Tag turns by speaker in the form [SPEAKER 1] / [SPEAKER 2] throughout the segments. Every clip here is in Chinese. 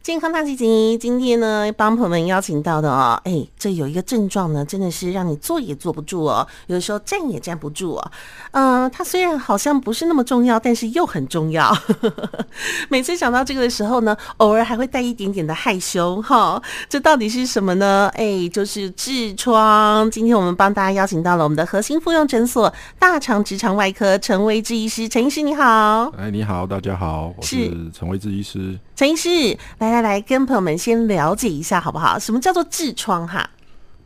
[SPEAKER 1] 健康大集集，今天呢帮朋友们邀请到的哦，哎，这有一个症状呢，真的是让你坐也坐不住哦，有的时候站也站不住哦。呃，它虽然好像不是那么重要，但是又很重要。 每次想到这个的时候呢，偶尔还会带一点点的害羞哈。这到底是什么呢？哎，就是痔疮。今天我们帮大家邀请到了我们的核心妇用诊所大肠直肠外科陈维志医师，陈医师你好。
[SPEAKER 2] 哎，你好，大家好，我
[SPEAKER 1] 是
[SPEAKER 2] 是陈维志医师。
[SPEAKER 1] 陈医师，来来来，跟朋友们先了解一下好不好？什么叫做痔疮哈？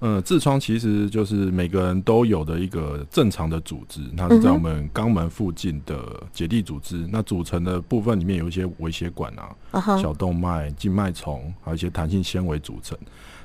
[SPEAKER 2] 嗯，痔疮其实就是每个人都有的一个正常的组织，它是在我们肛门附近的结缔组织。那组成的部分里面有一些微血管啊、
[SPEAKER 1] 啊哈，
[SPEAKER 2] 小动脉、静脉丛，还有一些弹性纤维组成。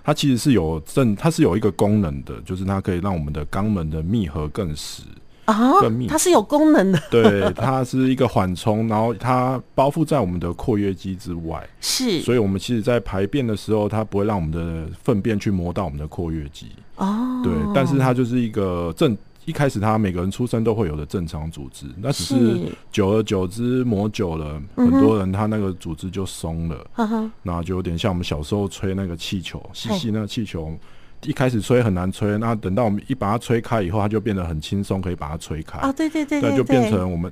[SPEAKER 2] 它其实是有正，它是有一个功能的，就是它可以让我们的肛门的密合更实。
[SPEAKER 1] 啊
[SPEAKER 2] 更密，
[SPEAKER 1] 它是有功能 的，
[SPEAKER 2] 对，它是一个缓冲，然后它包覆在我们的括约肌之外。
[SPEAKER 1] 是
[SPEAKER 2] 所以我们其实，在排便的时候，它不会让我们的粪便去磨到我们的括约肌，
[SPEAKER 1] 哦，
[SPEAKER 2] 对。但是它就是一个正一开始，它每个人出生都会有的正常组织，那只是
[SPEAKER 1] 是
[SPEAKER 2] 久而久之磨久了，很多人他那个组织就松了，
[SPEAKER 1] 哈哈，
[SPEAKER 2] 那就有点像我们小时候吹那个气球，吸气那个气球。一开始吹很难吹，那等到我们一把它吹开以后，它就变得很轻松，可以把它吹开。
[SPEAKER 1] 啊，对对对
[SPEAKER 2] 对，
[SPEAKER 1] 对，
[SPEAKER 2] 就变成我们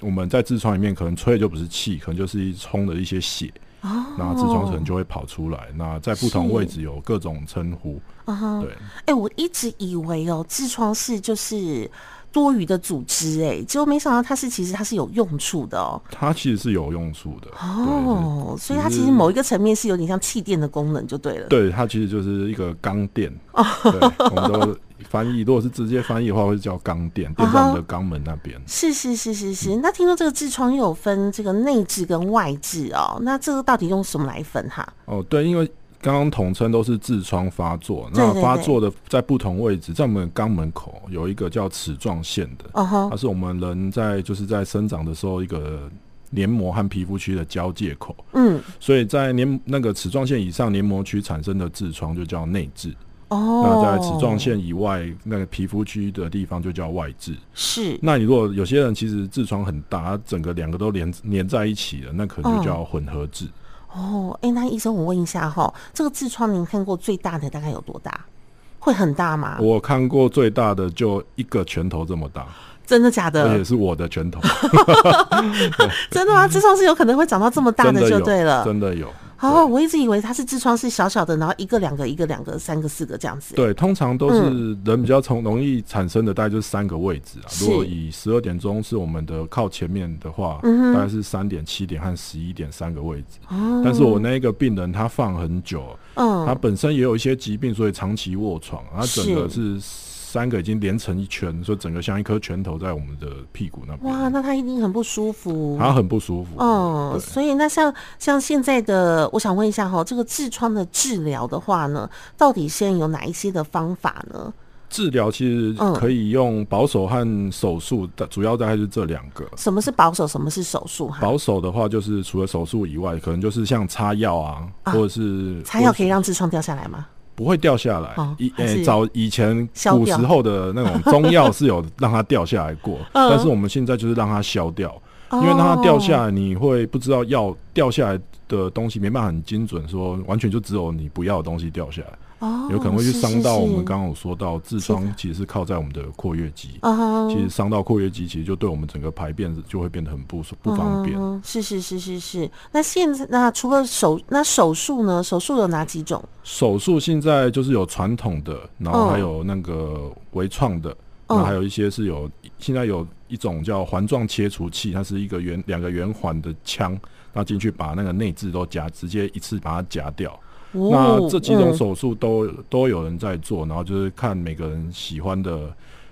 [SPEAKER 2] 我们在痔疮里面可能吹的就不是气，可能就是一冲的一些血，
[SPEAKER 1] 哦，
[SPEAKER 2] 那痔疮可能就会跑出来。那在不同
[SPEAKER 1] 是
[SPEAKER 2] 位置有各种称呼，
[SPEAKER 1] 啊哈，
[SPEAKER 2] 对，
[SPEAKER 1] 哎，我一直以为哦，痔疮是就是多余的组织，哎，结果没想到它是其实它是有用处的哦，
[SPEAKER 2] 它其实是有用处的。
[SPEAKER 1] 哦，所以它
[SPEAKER 2] 只
[SPEAKER 1] 其实
[SPEAKER 2] 是
[SPEAKER 1] 某一个层面是有点像气垫的功能就对了，
[SPEAKER 2] 对，对，它其实就是一个肛垫。
[SPEAKER 1] 哦
[SPEAKER 2] 对，我们都翻译，如果是直接翻译的话，会叫肛垫，
[SPEAKER 1] 啊
[SPEAKER 2] 垫在我们的肛门那边。
[SPEAKER 1] 是是是是是。那听说这个痔疮又有分这个内痔跟外痔哦，那这个到底用什么来分哈？
[SPEAKER 2] 哦，对，因为刚刚统称都是痔疮发作，
[SPEAKER 1] 对
[SPEAKER 2] 那
[SPEAKER 1] 对
[SPEAKER 2] 发
[SPEAKER 1] 对
[SPEAKER 2] 作的在不同位置，在我们的肛门口有一个叫齿状线的，
[SPEAKER 1] 哦吼
[SPEAKER 2] 它，是我们人在就是在生长的时候一个黏膜和皮肤区的交界口，
[SPEAKER 1] 嗯，
[SPEAKER 2] 所以在黏那个齿状线以上黏膜区产生的痔疮就叫内痔，
[SPEAKER 1] 哦，
[SPEAKER 2] 那在齿状线以外那个皮肤区的地方就叫外痔。
[SPEAKER 1] 是
[SPEAKER 2] 那你如果有些人其实痔疮很大，它整个两个都连连在一起了，那可能就叫混合痔。
[SPEAKER 1] 哦，哎、那医生，我问一下哈，这个痔疮您看过最大的大概有多大？会很大吗？
[SPEAKER 2] 我看过最大的就一个拳头这么大，
[SPEAKER 1] 真的假
[SPEAKER 2] 而
[SPEAKER 1] 的
[SPEAKER 2] 且？是我的拳头，
[SPEAKER 1] 真的吗？痔疮是有可能会长到这么 大
[SPEAKER 2] 嗯真的
[SPEAKER 1] 的就
[SPEAKER 2] 有，
[SPEAKER 1] 对了。
[SPEAKER 2] 真的有。
[SPEAKER 1] 哦，我一直以为它是痔疮是小小的，然后一个两个一个两个三个四个这样子。
[SPEAKER 2] 对，通常都是人比较从容易产生的，大概就是三个位置啊。
[SPEAKER 1] 嗯是
[SPEAKER 2] 如果以十二点钟是我们的靠前面的话，
[SPEAKER 1] 嗯
[SPEAKER 2] 大概是三点、七点和十一点三个位置。
[SPEAKER 1] 哦，
[SPEAKER 2] 但是我那个病人他放很久，他
[SPEAKER 1] 嗯，
[SPEAKER 2] 本身也有一些疾病，所以长期卧床，他整个是三个已经连成一圈，所以整个像一颗拳头在我们的屁股那
[SPEAKER 1] 哇，
[SPEAKER 2] 边，
[SPEAKER 1] 那它一定很不舒服。
[SPEAKER 2] 他很不舒服。
[SPEAKER 1] 哦，
[SPEAKER 2] 对
[SPEAKER 1] 所以那像像现在的，我想问一下哈，这个痔疮的治疗的话呢，到底现在有哪一些的方法呢？
[SPEAKER 2] 治疗其实
[SPEAKER 1] 嗯
[SPEAKER 2] 可以用保守和手术，但主要大概是这两个。
[SPEAKER 1] 什么是保守，什么是手术？哈，
[SPEAKER 2] 保守的话，就是除了手术以外，可能就是像擦药啊，
[SPEAKER 1] 啊
[SPEAKER 2] 或者是
[SPEAKER 1] 擦药可以让痔疮掉下来吗？
[SPEAKER 2] 不会掉下来
[SPEAKER 1] 哦。
[SPEAKER 2] 以
[SPEAKER 1] 还是
[SPEAKER 2] 诶，早以前
[SPEAKER 1] 消
[SPEAKER 2] 古时
[SPEAKER 1] 掉
[SPEAKER 2] 候的那种中药是有让它掉下来过，
[SPEAKER 1] 嗯哦
[SPEAKER 2] 但是我们现在就是让它消掉，因为让它掉下来，你会不知道药掉下来的东西没办法很精准，说完全就只有你不要的东西掉下来，
[SPEAKER 1] 哦，
[SPEAKER 2] 有可能会去伤到我们刚
[SPEAKER 1] 刚
[SPEAKER 2] 刚有说到痔疮，其实是靠在我们的括约肌。
[SPEAKER 1] 啊
[SPEAKER 2] 其实伤到括约肌，其实就对我们整个排便就会变得很不舒不方便。
[SPEAKER 1] 嗯是是是是是。那现在那除了手那手术呢？手术有哪几种？
[SPEAKER 2] 手术现在就是有传统的，然后还有那个微创的，
[SPEAKER 1] 嗯
[SPEAKER 2] 那还有一些是有现在有一种叫环状切除器，它是一个圆两个圆环的枪，那进去把那个内痔都夹，直接一次把它夹掉。那这几种
[SPEAKER 1] 嗯
[SPEAKER 2] 手术都、都有人在做，然后就是看每个人喜欢的，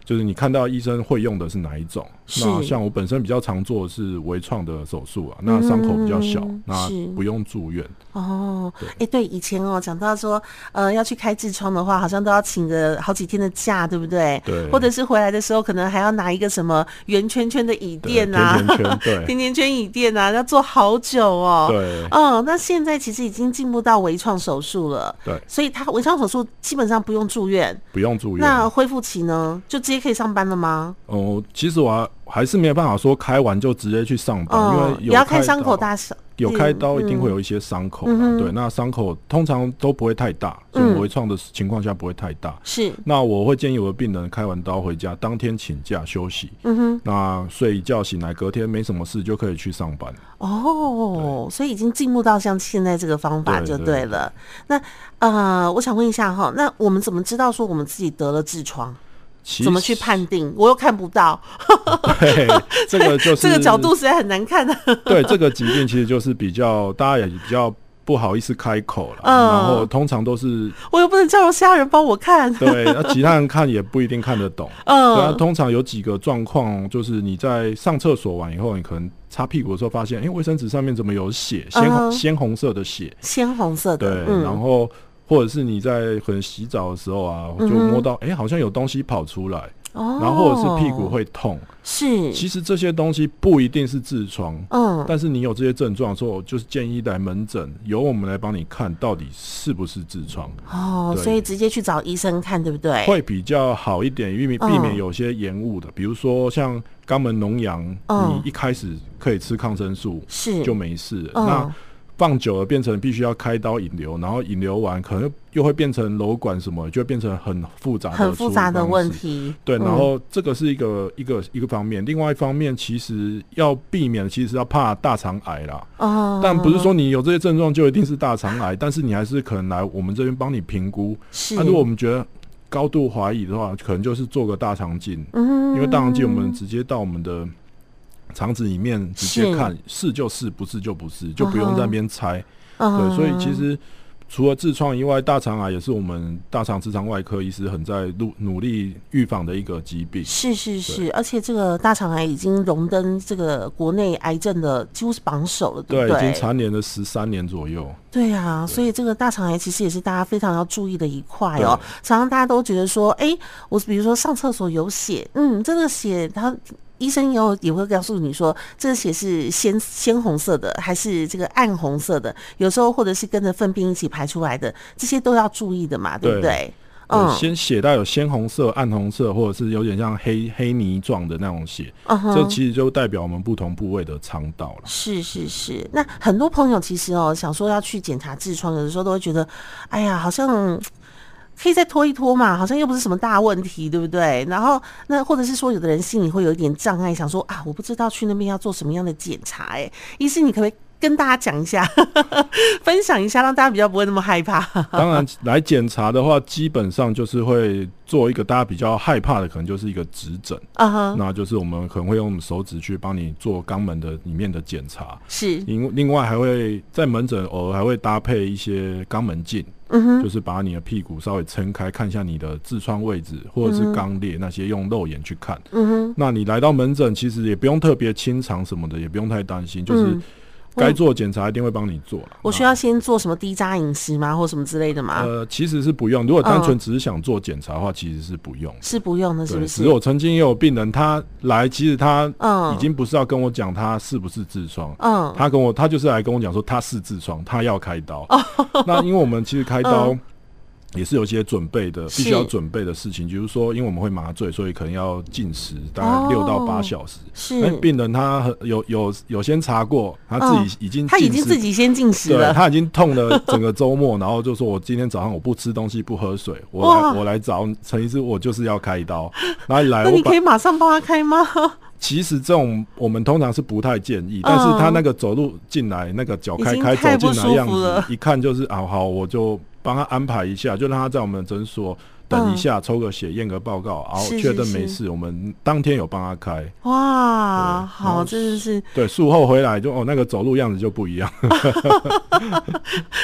[SPEAKER 2] 就是你看到医生会用的是哪一种。
[SPEAKER 1] 是
[SPEAKER 2] 那像我本身比较常做的是微创的手术啊，那伤口比较小，
[SPEAKER 1] 嗯
[SPEAKER 2] 那
[SPEAKER 1] 是
[SPEAKER 2] 不用住院。
[SPEAKER 1] 哦，哎、对，以前哦讲到说，呃，要去开痔疮的话，好像都要请个好几天的假，对不对？
[SPEAKER 2] 对
[SPEAKER 1] 或者是回来的时候，可能还要拿一个什么圆圈圈的椅
[SPEAKER 2] 对
[SPEAKER 1] 垫啊，
[SPEAKER 2] 甜甜圈，对
[SPEAKER 1] 甜甜圈椅垫啊，要坐好久哦。
[SPEAKER 2] 对
[SPEAKER 1] 哦，那现在其实已经进步到微创手术了，
[SPEAKER 2] 对，
[SPEAKER 1] 所以他微创手术基本上不用住院，
[SPEAKER 2] 不用住院。
[SPEAKER 1] 那恢复期呢，就直接可以上班了吗？
[SPEAKER 2] 哦，其实我还还是没有办法说开完就直接去上班，
[SPEAKER 1] 嗯，
[SPEAKER 2] 因为
[SPEAKER 1] 也
[SPEAKER 2] 有
[SPEAKER 1] 要看
[SPEAKER 2] 到
[SPEAKER 1] 伤口大小嗯
[SPEAKER 2] 有开刀一定会有一些伤口啦，对，那伤口通常都不会太大，所
[SPEAKER 1] 嗯
[SPEAKER 2] 以微创的情况下不会太大。
[SPEAKER 1] 是，
[SPEAKER 2] 那我会建议我的病人开完刀回家，当天请假休息，
[SPEAKER 1] 嗯哼，
[SPEAKER 2] 那睡一觉醒来，隔天没什么事就可以去上班。
[SPEAKER 1] 哦，所以已经进步到像现在这个方法
[SPEAKER 2] 对
[SPEAKER 1] 就
[SPEAKER 2] 对
[SPEAKER 1] 对了。那呃，我想问一下哈，那我们怎么知道说我们自己得了痔疮？
[SPEAKER 2] 其
[SPEAKER 1] 怎么去 判定？我又看不到，
[SPEAKER 2] 对，这个就是
[SPEAKER 1] 这个角度实在很难看啊的、
[SPEAKER 2] 对这个疾病，其实就是比较大家也比较不好意思开口了，
[SPEAKER 1] 嗯
[SPEAKER 2] 然后通常都是
[SPEAKER 1] 我又不能叫其他人帮我看。
[SPEAKER 2] 对，那其他人看也不一定看得懂。对啊，
[SPEAKER 1] 嗯，
[SPEAKER 2] 通常有几个状况，就是你在上厕所完以后，你可能擦屁股的时候发现，哎、卫生纸上面怎么有血，鲜
[SPEAKER 1] 嗯哼
[SPEAKER 2] 红鲜红色的血，
[SPEAKER 1] 鲜红色
[SPEAKER 2] 对
[SPEAKER 1] 的，，
[SPEAKER 2] 然
[SPEAKER 1] 嗯，
[SPEAKER 2] 后或者是你在可能洗澡的时候啊，就摸到，哎、好像有东西跑出来，
[SPEAKER 1] 哦，
[SPEAKER 2] 然后或者是屁股会痛，
[SPEAKER 1] 是，
[SPEAKER 2] 其实这些东西不一定是痔疮，
[SPEAKER 1] 嗯，
[SPEAKER 2] 但是你有这些症状的时候，就是建议来门诊，由我们来帮你看到底是不是痔疮，
[SPEAKER 1] 哦，
[SPEAKER 2] 对
[SPEAKER 1] 所以直接去找医生看，对不对？
[SPEAKER 2] 会比较好一点，避免避免
[SPEAKER 1] 嗯
[SPEAKER 2] 有些延误的，比如说像肛门脓疡，
[SPEAKER 1] 嗯
[SPEAKER 2] 你一开始可以吃抗生素
[SPEAKER 1] 是，
[SPEAKER 2] 就没事了，
[SPEAKER 1] 嗯
[SPEAKER 2] 那放久了变成必须要开刀引流，然后引流完可能又会变成瘘管什么，就会变成很复杂的
[SPEAKER 1] 很复杂
[SPEAKER 2] 处理
[SPEAKER 1] 的
[SPEAKER 2] 方
[SPEAKER 1] 问
[SPEAKER 2] 式。
[SPEAKER 1] 题。
[SPEAKER 2] 对，然
[SPEAKER 1] 嗯
[SPEAKER 2] 后这个是一个一个一个方面，另外一方面其实要避免，其实要怕大肠癌啦。
[SPEAKER 1] 哦，
[SPEAKER 2] 但不是说你有这些症状就一定是大肠癌，但是你还是可能来我们这边帮你评估。
[SPEAKER 1] 是，
[SPEAKER 2] 啊那、如果我们觉得高度怀疑的话，可能就是做个大肠镜，
[SPEAKER 1] 嗯，
[SPEAKER 2] 因为大肠镜我们直接到我们的肠子里面直接看，是就是，不是就不是，就不用在那边猜。对，
[SPEAKER 1] 对
[SPEAKER 2] 所以其实。除了痔疮以外，大肠癌也是我们大肠直肠外科医师很在努努力预防的一个疾病。
[SPEAKER 1] 是是是，而且这个大肠癌已经荣登这个国内癌症的几乎是榜首了，
[SPEAKER 2] 对，
[SPEAKER 1] 不
[SPEAKER 2] 已经
[SPEAKER 1] 对？
[SPEAKER 2] 蝉联了十三年左右。
[SPEAKER 1] 对啊，所以这个大肠癌其实也是大家非常要注意的一块哦。常常大家都觉得说，哎，我比如说上厕所有血，嗯，这个血它。医生也有也会告诉你说，这个血是鲜鲜红色的，还是这个暗红色的？有时候或者是跟着粪便一起排出来的，这些都要注意的嘛，对不
[SPEAKER 2] 对
[SPEAKER 1] 对？
[SPEAKER 2] 嗯，
[SPEAKER 1] 嗯，
[SPEAKER 2] 先血带有鲜红色、暗红色，或者是有点像黑黑泥状的那种血，
[SPEAKER 1] 嗯哼
[SPEAKER 2] 这其实就代表我们不同部位的肠道了。
[SPEAKER 1] 是是是，那很多朋友其实哦，想说要去检查痔疮，有的时候都会觉得，哎呀，好像可以再拖一拖嘛，好像又不是什么大问题，对不对？然后那或者是说，有的人心里会有一点障碍，想说啊，我不知道去那边要做什么样的检查、哎，医师你可不可以跟大家讲一下， 分享一下，让大家比较不会那么害怕？
[SPEAKER 2] 当然，来检查的话，基本上就是会做一个大家比较害怕的，可能就是一个指诊，
[SPEAKER 1] 啊哈，
[SPEAKER 2] 那就是我们可能会用我们手指去帮你做肛门的里面的检查。
[SPEAKER 1] 是，
[SPEAKER 2] 另另外还会在门诊偶尔还会搭配一些肛门镜，
[SPEAKER 1] 嗯哼，
[SPEAKER 2] 就是把你的屁股稍微撑开，看一下你的痔疮位置或者是肛裂那些，用肉眼去看。
[SPEAKER 1] 嗯哼，
[SPEAKER 2] 那你来到门诊，其实也不用特别清肠什么的，也不用太担心，就是
[SPEAKER 1] 嗯
[SPEAKER 2] 该做检查一定会帮你做啦。
[SPEAKER 1] 我需要先做什么低渣饮食吗，或什么之类的吗？
[SPEAKER 2] 呃，其实是不用。如果单
[SPEAKER 1] 嗯
[SPEAKER 2] 纯只是想做检查的话，其实是不用。
[SPEAKER 1] 是不用的，嗯是
[SPEAKER 2] 对，
[SPEAKER 1] 不
[SPEAKER 2] 只
[SPEAKER 1] 是？
[SPEAKER 2] 是我曾经也有病人，他来，其实他
[SPEAKER 1] 嗯，
[SPEAKER 2] 已经不是要跟我讲他是不是痔疮，
[SPEAKER 1] 嗯，
[SPEAKER 2] 他跟我他就是来跟我讲说他是痔疮，他要开刀。
[SPEAKER 1] 哦
[SPEAKER 2] 那因为我们其实开刀也是有一些准备的，必须
[SPEAKER 1] 嗯是
[SPEAKER 2] 要准备的事情，比如说因为我们会麻醉，所以可能要禁食大概
[SPEAKER 1] 哦嗯
[SPEAKER 2] 六到八小时。
[SPEAKER 1] 是
[SPEAKER 2] 那病人他很有有有先查过，他自己已经、
[SPEAKER 1] 嗯他已经自。己先进食
[SPEAKER 2] 对，
[SPEAKER 1] 了。
[SPEAKER 2] 他已经痛了整个周末，然后就说：“我今天早上我不吃东西，不喝水，我
[SPEAKER 1] 哇
[SPEAKER 2] 来我来找陈医师，我就是要开刀。”然后一来，
[SPEAKER 1] 那
[SPEAKER 2] 哎我
[SPEAKER 1] 你
[SPEAKER 2] 把
[SPEAKER 1] 可以马上帮他开吗？
[SPEAKER 2] 其实这种我们通常是不太建议，但是他那个走路进来，那个脚开
[SPEAKER 1] 嗯已经
[SPEAKER 2] 开
[SPEAKER 1] 太
[SPEAKER 2] 走
[SPEAKER 1] 不
[SPEAKER 2] 进来的样
[SPEAKER 1] 舒服
[SPEAKER 2] 子
[SPEAKER 1] 了，
[SPEAKER 2] 一看就是啊，好，我就帮他安排一下，就让他在我们诊所等一下，抽个血，验个报告，然后
[SPEAKER 1] 嗯是
[SPEAKER 2] 确认
[SPEAKER 1] 是
[SPEAKER 2] 没
[SPEAKER 1] 是
[SPEAKER 2] 事，我们当天有帮他开。
[SPEAKER 1] 哇，
[SPEAKER 2] 对
[SPEAKER 1] 好，
[SPEAKER 2] 然后
[SPEAKER 1] 真的是，
[SPEAKER 2] 对，术后回来就哦，那个走路样子就不一样。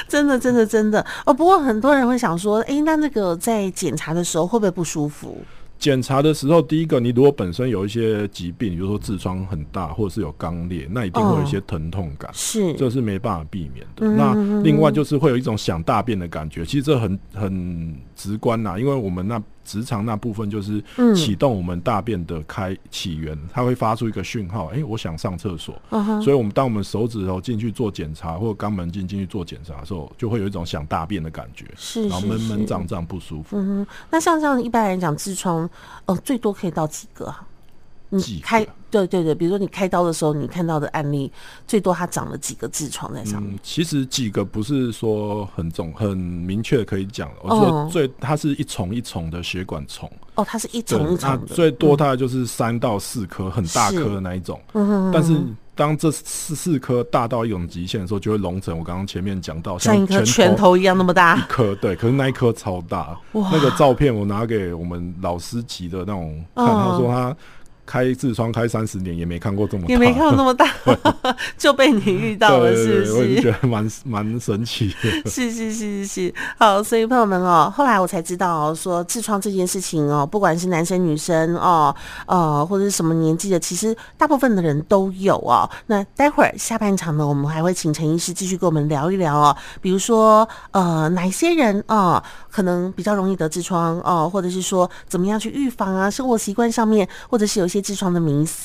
[SPEAKER 1] 真的，真的，真的哦。不过很多人会想说，哎、那那个在检查的时候会不会不舒服？
[SPEAKER 2] 检查的时候，第一个，你如果本身有一些疾病，比如说痔疮很大，或者是有肛裂，那一定会有一些疼痛感。
[SPEAKER 1] 是，
[SPEAKER 2] 这是没办法避免的。
[SPEAKER 1] 嗯
[SPEAKER 2] 那另外就是会有一种想大便的感觉，其实这很很直观呐、因为我们那直肠那部分就是
[SPEAKER 1] 嗯
[SPEAKER 2] 启动我们大便的开起源，它会发出一个讯号，哎、我想上厕所。
[SPEAKER 1] 嗯哼，
[SPEAKER 2] 所以，我们当我们手指头进去做检查，或肛门进进去做检查的时候，就会有一种想大便的感觉，
[SPEAKER 1] 是
[SPEAKER 2] 然后
[SPEAKER 1] 是
[SPEAKER 2] 闷闷
[SPEAKER 1] 是。
[SPEAKER 2] 胀胀不舒服。
[SPEAKER 1] 嗯哼，那像这样一般来讲，痔疮，哦，最多可以到几个啊？
[SPEAKER 2] 忌口
[SPEAKER 1] 开对对对，比如说你开刀的时候，你看到的案例最多它长了几个痔疮在上面。
[SPEAKER 2] 嗯，其实几个不是说很重、很明确可以讲的。我
[SPEAKER 1] 哦
[SPEAKER 2] 说最，它是一丛一丛的血管虫，
[SPEAKER 1] 哦，它是一
[SPEAKER 2] 对
[SPEAKER 1] 丛一，
[SPEAKER 2] 那
[SPEAKER 1] 丛的，
[SPEAKER 2] 最多大概就是三到四颗，很大
[SPEAKER 1] 是嗯
[SPEAKER 2] 颗的那一种。但是当这四四颗大到一种极限的时候，就会隆成我刚刚前面讲到
[SPEAKER 1] 像一颗
[SPEAKER 2] 拳
[SPEAKER 1] 拳头一样那么
[SPEAKER 2] 一
[SPEAKER 1] 大。
[SPEAKER 2] 颗，对，可是那一颗超大。那个照片我拿给我们老师级的那种看，
[SPEAKER 1] 哦
[SPEAKER 2] 他说他开痔疮开三十年也没看过这么大，
[SPEAKER 1] 也没看过那么大， 就被你遇到了，
[SPEAKER 2] 对
[SPEAKER 1] 是
[SPEAKER 2] 对
[SPEAKER 1] 不
[SPEAKER 2] 对，我已经
[SPEAKER 1] 是？
[SPEAKER 2] 觉得蛮蛮神奇 的。
[SPEAKER 1] 是是是是是，好，所以朋友们哦，后来我才知道哦，说痔疮这件事情哦，不管是男生女生哦，呃，或者是什么年纪的，其实大部分的人都有哦。那待会儿下半场呢，我们还会请陈医师继续跟我们聊一聊哦，比如说呃，哪一些人哦，可能比较容易得痔疮哦，或者是说怎么样去预防啊，生活习惯上面，或者是有一些痔疮的迷思。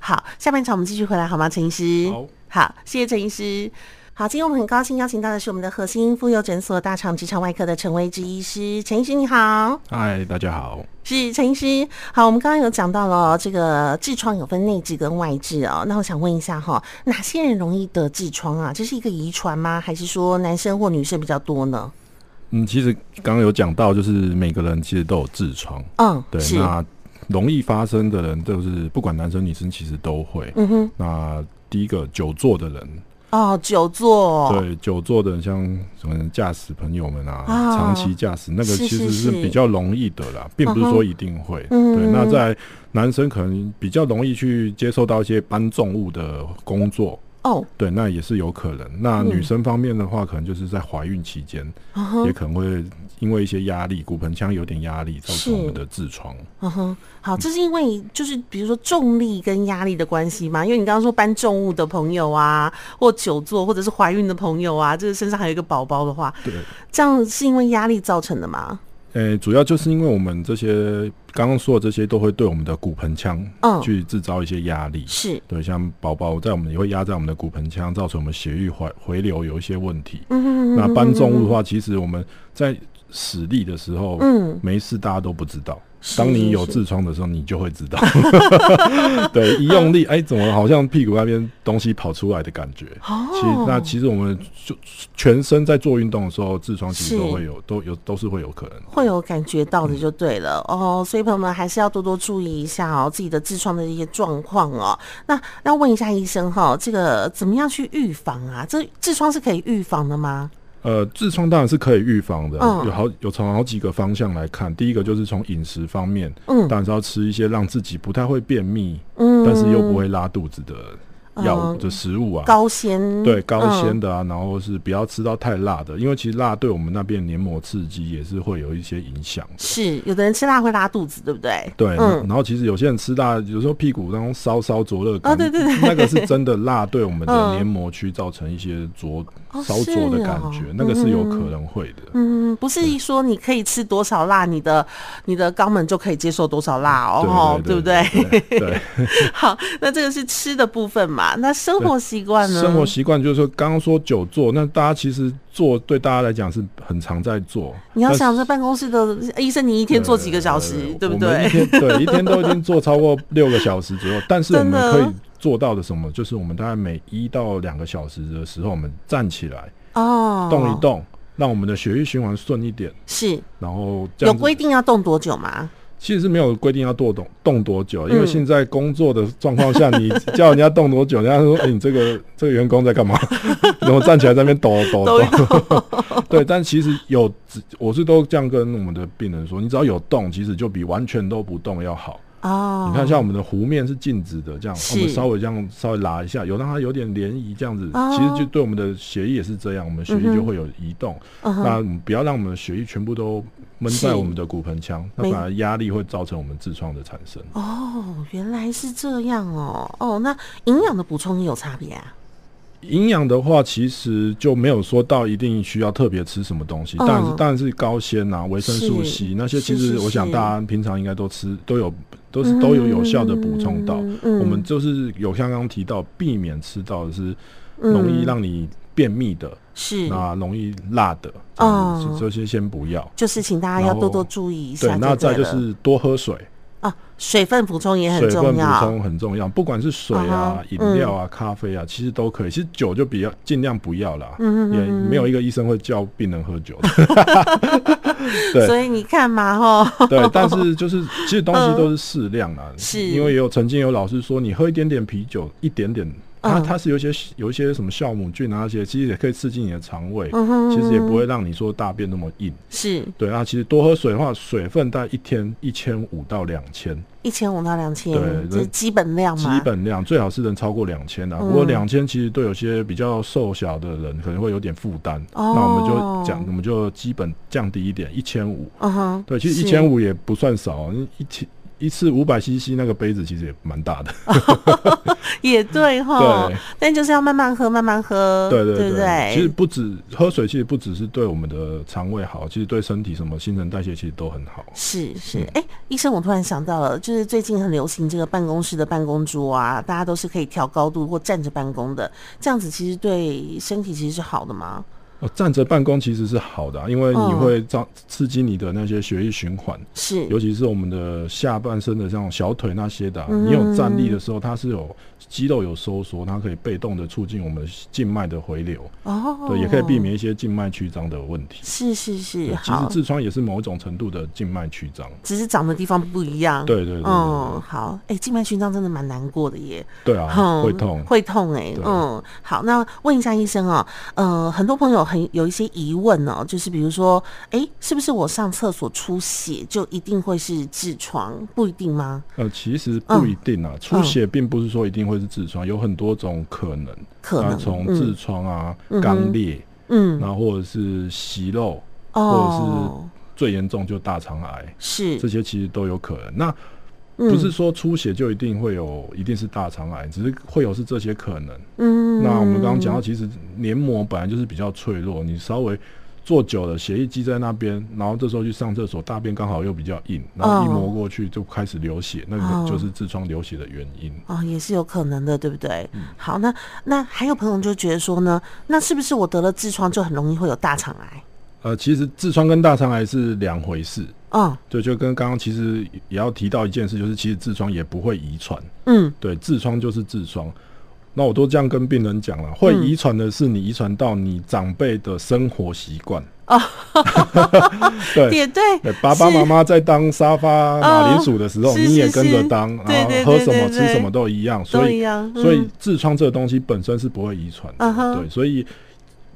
[SPEAKER 1] 好，下半场我们继续回来好吗，陈医师？
[SPEAKER 2] 好
[SPEAKER 1] 好，谢谢陈医师。好，今天我们很高兴邀请到的是我们的核心妇幼诊所大肠直肠外科的陈维之医师，陈医师你好。
[SPEAKER 2] 嗨，大家好。
[SPEAKER 1] 是陈医师，好，我们刚刚有讲到了这个痔疮有分内痔跟外痔哦，那我想问一下哈、哪些人容易得痔疮啊？这是一个遗传吗？还是说男生或女生比较多呢？
[SPEAKER 2] 嗯，其实刚刚有讲到，就是每个人其实都有痔疮，
[SPEAKER 1] 嗯，
[SPEAKER 2] 对，
[SPEAKER 1] 是，
[SPEAKER 2] 那容易发生的人就是不管男生女生，其实都会。
[SPEAKER 1] 嗯哼，
[SPEAKER 2] 那第一个久坐的人，
[SPEAKER 1] 哦，久坐，，
[SPEAKER 2] 对久坐的人，像什么驾驶朋友们啊，
[SPEAKER 1] 啊
[SPEAKER 2] 长期驾驶那个
[SPEAKER 1] 是
[SPEAKER 2] 其实
[SPEAKER 1] 是
[SPEAKER 2] 是
[SPEAKER 1] 是
[SPEAKER 2] 比较容易的啦，并不是
[SPEAKER 1] 嗯
[SPEAKER 2] 说
[SPEAKER 1] 哼
[SPEAKER 2] 一定会。
[SPEAKER 1] 嗯
[SPEAKER 2] 对，那在男生可能比较容易去接受到一些搬重物的工作，
[SPEAKER 1] 哦，
[SPEAKER 2] 对，那也是有可能。那女生方面的话，可能就是在怀孕期间，
[SPEAKER 1] 嗯哼
[SPEAKER 2] 也可能会因为一些压力，骨盆腔有点压力，造成我们的痔疮。
[SPEAKER 1] 嗯哼，好，这是因为就是比如说重力跟压力的关系嘛，因为你刚刚说搬重物的朋友啊，或久坐，或者是怀孕的朋友啊，就是身上还有一个宝宝的话，
[SPEAKER 2] 对，
[SPEAKER 1] 这样是因为压力造成的嘛？
[SPEAKER 2] 呃、主要就是因为我们这些刚刚说的这些，都会对我们的骨盆腔
[SPEAKER 1] 嗯
[SPEAKER 2] 去制造一些压力。
[SPEAKER 1] 是，
[SPEAKER 2] 对，像宝宝在我们也会压在我们的骨盆腔，造成我们血液回回流有一些问题。
[SPEAKER 1] 嗯
[SPEAKER 2] 那搬重物的话，其实我们在使力的时候，
[SPEAKER 1] 嗯，
[SPEAKER 2] 没事，大家都不知道。
[SPEAKER 1] 是
[SPEAKER 2] 当你有
[SPEAKER 1] 是
[SPEAKER 2] 痔疮的时候，你就 会知道。 对，一用力，哎、怎么好像屁股那边东西跑出来的感觉？
[SPEAKER 1] 哦，
[SPEAKER 2] 其实，那其实我们就全身在做运动的时候，痔疮其实
[SPEAKER 1] 是
[SPEAKER 2] 都会有，都有都是会有可能。
[SPEAKER 1] 会有感觉到的就对了、哦，所以朋友们还是要多多注意一下哦，自己的痔疮的一些状况哦。那那问一下医生哈、这个怎么样去预防啊？这痔疮是可以预防的吗？
[SPEAKER 2] 呃，痔疮当然是可以预防的，
[SPEAKER 1] 嗯
[SPEAKER 2] 有好有从好几个方向来看。第一个就是从饮食方面，
[SPEAKER 1] 嗯
[SPEAKER 2] 当然是要吃一些让自己不太会便秘，
[SPEAKER 1] 嗯，
[SPEAKER 2] 但是又不会拉肚子的药、
[SPEAKER 1] 嗯
[SPEAKER 2] 的食物啊。
[SPEAKER 1] 高纤，
[SPEAKER 2] 对高纤
[SPEAKER 1] 嗯
[SPEAKER 2] 的啊，然后是不要吃到太辣的，因为其实辣对我们那边黏膜刺激也是会有一些影响的。
[SPEAKER 1] 是有的人吃辣会拉肚子，对不对？
[SPEAKER 2] 对，
[SPEAKER 1] 嗯
[SPEAKER 2] 然后其实有些人吃辣，有时候屁股那种烧烧灼热感，
[SPEAKER 1] 啊对对
[SPEAKER 2] 那个是真的辣，对我们
[SPEAKER 1] 嗯
[SPEAKER 2] 的黏膜区造成一些灼、
[SPEAKER 1] 哦
[SPEAKER 2] 烧灼的感
[SPEAKER 1] 是
[SPEAKER 2] 觉
[SPEAKER 1] 哦，
[SPEAKER 2] 那个是有可能会的。
[SPEAKER 1] 嗯，不是说你可以吃多少辣，你的你的肛门就可以接受多少辣哦，
[SPEAKER 2] 对
[SPEAKER 1] 不
[SPEAKER 2] 对
[SPEAKER 1] 对？
[SPEAKER 2] 对对 对，
[SPEAKER 1] 好，那这个是吃的部分嘛，那生活习惯呢？
[SPEAKER 2] 生活习惯就是说，刚刚说久坐，那大家其实坐对大家来讲是很常在坐。
[SPEAKER 1] 你要
[SPEAKER 2] 但是
[SPEAKER 1] 想，这办公室的医生，你一天做几个小时，对不
[SPEAKER 2] 呃我们一
[SPEAKER 1] 对？
[SPEAKER 2] 天 对一天都已经做超过六个小时左右，但是我
[SPEAKER 1] 真
[SPEAKER 2] 们
[SPEAKER 1] 的
[SPEAKER 2] 可以做到的什么，就是我们大概每一到两个小时的时候，我们站起来
[SPEAKER 1] 哦，
[SPEAKER 2] 动一，动，让我们的血液循环顺一点。
[SPEAKER 1] 是
[SPEAKER 2] 然后这
[SPEAKER 1] 有
[SPEAKER 2] 样子
[SPEAKER 1] 规定要动多久吗？
[SPEAKER 2] 其实是没有规定要多动动多久，啊因为
[SPEAKER 1] 嗯
[SPEAKER 2] 现在工作的状况下， 你叫人家动多久，人家说：“哎、你这个这个员工在干嘛？” 然后站起来在那边抖抖
[SPEAKER 1] 抖一
[SPEAKER 2] 抖。 对，但其实有，我是都这样跟我们的病人说：，你只要有动，其实就比完全都不动要好。
[SPEAKER 1] 哦，
[SPEAKER 2] 你看，像我们的湖面是静止的，这样
[SPEAKER 1] 是
[SPEAKER 2] 我们稍微这样稍微拉一下，有让它有点涟漪，这样子，
[SPEAKER 1] 哦
[SPEAKER 2] 其实就对我们的血液也是这样，我们血
[SPEAKER 1] 嗯哼
[SPEAKER 2] 液就会有移动。
[SPEAKER 1] 嗯哼
[SPEAKER 2] 那我们不要让我们的血液全部都闷在
[SPEAKER 1] 是
[SPEAKER 2] 我们的骨盆腔，那
[SPEAKER 1] 没
[SPEAKER 2] 反而压力会造成我们痔疮的产生。
[SPEAKER 1] 哦，原来是这样哦，哦，那营养的补充也有差别啊？
[SPEAKER 2] 营养的话，其实就没有说到一定需要特别吃什么东西，
[SPEAKER 1] 嗯
[SPEAKER 2] 当然是当然是高纤啊、维生素
[SPEAKER 1] 是
[SPEAKER 2] C 那些，其
[SPEAKER 1] 是是
[SPEAKER 2] 实我想
[SPEAKER 1] 是
[SPEAKER 2] 大家平常应该都吃都有都是都有有效的补充到。
[SPEAKER 1] 嗯嗯
[SPEAKER 2] 我们就是有像刚刚提到，避免吃到的是
[SPEAKER 1] 嗯
[SPEAKER 2] 容易让你便秘的，
[SPEAKER 1] 是
[SPEAKER 2] 那容易辣的，嗯这样
[SPEAKER 1] 嗯
[SPEAKER 2] 子
[SPEAKER 1] 哦
[SPEAKER 2] 这些先不要。
[SPEAKER 1] 就是请大家要
[SPEAKER 2] 然后
[SPEAKER 1] 多多注意一下
[SPEAKER 2] 对，
[SPEAKER 1] 就
[SPEAKER 2] 那再就
[SPEAKER 1] 对了
[SPEAKER 2] 是多喝水。
[SPEAKER 1] 啊，水分补充也很
[SPEAKER 2] 水分
[SPEAKER 1] 重
[SPEAKER 2] 补
[SPEAKER 1] 要。
[SPEAKER 2] 充很重要，不管是水啊
[SPEAKER 1] 嗯、
[SPEAKER 2] 饮、料啊、咖啡啊，其实都可以。其实酒就比较尽量不要啦，
[SPEAKER 1] 嗯
[SPEAKER 2] 也没有一个医生会叫病人喝酒的。对
[SPEAKER 1] 所以你看嘛，吼，
[SPEAKER 2] 对，但是就是其实东西都是适量啦，
[SPEAKER 1] 嗯是
[SPEAKER 2] 因为也有曾经有老师说，你喝一点点啤酒，一点点。它
[SPEAKER 1] 嗯
[SPEAKER 2] 它是有一些有一些什么酵母菌啊，那些其实也可以刺激你的肠胃，
[SPEAKER 1] 嗯
[SPEAKER 2] 其实也不会让你说大便那么硬。
[SPEAKER 1] 是
[SPEAKER 2] 对啊，其实多喝水的话，水分大概一天一千五到两千，
[SPEAKER 1] 一千五到两千
[SPEAKER 2] 对，
[SPEAKER 1] 这是基本量
[SPEAKER 2] 基
[SPEAKER 1] 嘛。
[SPEAKER 2] 本量最好是能超过两千的。
[SPEAKER 1] 嗯
[SPEAKER 2] 不过两千其实对有些比较瘦小的人可能会有点负担，
[SPEAKER 1] 哦
[SPEAKER 2] 那我们就讲，我们就基本降低一点，一千五。
[SPEAKER 1] 嗯哼，
[SPEAKER 2] 对，其实一
[SPEAKER 1] 是
[SPEAKER 2] 千五也不算少，一千一次五百 CC 那个杯子其实也蛮大的。
[SPEAKER 1] 也对哈
[SPEAKER 2] 对，
[SPEAKER 1] 但就是要慢慢喝，慢慢喝，
[SPEAKER 2] 对
[SPEAKER 1] 哦对
[SPEAKER 2] 对
[SPEAKER 1] 不
[SPEAKER 2] 其实不止喝水，其实不只是对我们的肠胃好，其实对身体什么新陈代谢其实都很好。
[SPEAKER 1] 是是
[SPEAKER 2] 嗯，
[SPEAKER 1] 哎、医生，我突然想到了，就是最近很流行这个办公室的办公桌啊，大家都是可以调高度或站着办公的，这样子其实对身体其实是好的嘛。
[SPEAKER 2] 哦，站着办公其实是好的、啊，因为你
[SPEAKER 1] 嗯
[SPEAKER 2] 会造刺激你的那些血液循环。
[SPEAKER 1] 是
[SPEAKER 2] 尤其是我们的下半身的这种小腿那些的啊、你有站立的时候，它是有肌肉有收缩，它可以被动的促进我们静脉的回流，
[SPEAKER 1] 哦，
[SPEAKER 2] 对，也可以避。免一些静脉曲张的问题。
[SPEAKER 1] 是是
[SPEAKER 2] 对
[SPEAKER 1] 是，
[SPEAKER 2] 其实
[SPEAKER 1] 好，嗯
[SPEAKER 2] 痔疮也是某一种程度的静脉曲张，
[SPEAKER 1] 只是长的地方不一样。
[SPEAKER 2] 对对对对
[SPEAKER 1] 嗯，好，哎、静脉曲张真的蛮难过的耶。
[SPEAKER 2] 对啊，
[SPEAKER 1] 嗯
[SPEAKER 2] 会痛。
[SPEAKER 1] 会痛哎、
[SPEAKER 2] 对
[SPEAKER 1] 嗯，好，那问一下医生哦，呃，很多朋友很有一些疑问哦，就是比如说，哎、是不是我上厕所出血就一定会是痔疮？不一定吗？
[SPEAKER 2] 呃，其实
[SPEAKER 1] 嗯
[SPEAKER 2] 不一定啊，出血并不是说一定会是痔疮，有很多种可能。
[SPEAKER 1] 可
[SPEAKER 2] 那
[SPEAKER 1] 能，
[SPEAKER 2] 从痔
[SPEAKER 1] 嗯
[SPEAKER 2] 疮啊、
[SPEAKER 1] 嗯哼
[SPEAKER 2] 肛裂，
[SPEAKER 1] 嗯，
[SPEAKER 2] 然后或者是息肉，
[SPEAKER 1] 哦，
[SPEAKER 2] 最严重就大肠癌，
[SPEAKER 1] 是嗯
[SPEAKER 2] 这些其实都有可能。那
[SPEAKER 1] 不
[SPEAKER 2] 不是说出血就一定会有，一定是大肠癌，只是会有是这些可能。
[SPEAKER 1] 嗯，
[SPEAKER 2] 那我们刚刚讲到，其实黏膜本来就是比较脆弱，你稍微坐久了，血液积在那边，然后这时候去上厕所，大便刚好又比较硬，然后一
[SPEAKER 1] 哦
[SPEAKER 2] 磨过去就开始流血，那
[SPEAKER 1] 哦
[SPEAKER 2] 个就是痔疮流血的原因。
[SPEAKER 1] 哦，也是有可能的，对不对？
[SPEAKER 2] 嗯
[SPEAKER 1] 好，那那还有朋友就觉得说呢，那是不是我得了痔疮就很容易会有大肠癌？
[SPEAKER 2] 呃，其实痔疮跟大肠癌是两回事。
[SPEAKER 1] 哦，
[SPEAKER 2] 对，就跟刚刚其实也要提到一件事，就是其实痔疮也不会遗传。
[SPEAKER 1] 嗯，
[SPEAKER 2] 对，痔疮就是痔疮。那我都这样跟病人讲了，会
[SPEAKER 1] 嗯
[SPEAKER 2] 遗传的是你遗传到你长辈的生活习惯。
[SPEAKER 1] 哦
[SPEAKER 2] 对
[SPEAKER 1] 也对，
[SPEAKER 2] 对，爸爸
[SPEAKER 1] 是
[SPEAKER 2] 妈妈在当沙发马铃薯的时候，
[SPEAKER 1] 是
[SPEAKER 2] 你也
[SPEAKER 1] 是
[SPEAKER 2] 跟着
[SPEAKER 1] 是
[SPEAKER 2] 当，
[SPEAKER 1] 对
[SPEAKER 2] 然
[SPEAKER 1] 对
[SPEAKER 2] 后喝
[SPEAKER 1] 对
[SPEAKER 2] 什
[SPEAKER 1] 对
[SPEAKER 2] 么吃什
[SPEAKER 1] 对
[SPEAKER 2] 么都一样，
[SPEAKER 1] 都
[SPEAKER 2] 所
[SPEAKER 1] 一
[SPEAKER 2] 以
[SPEAKER 1] 样，
[SPEAKER 2] 所以
[SPEAKER 1] 嗯
[SPEAKER 2] 痔疮这个东西本身是不会遗传
[SPEAKER 1] 嗯
[SPEAKER 2] 的，
[SPEAKER 1] 哼
[SPEAKER 2] 对，所以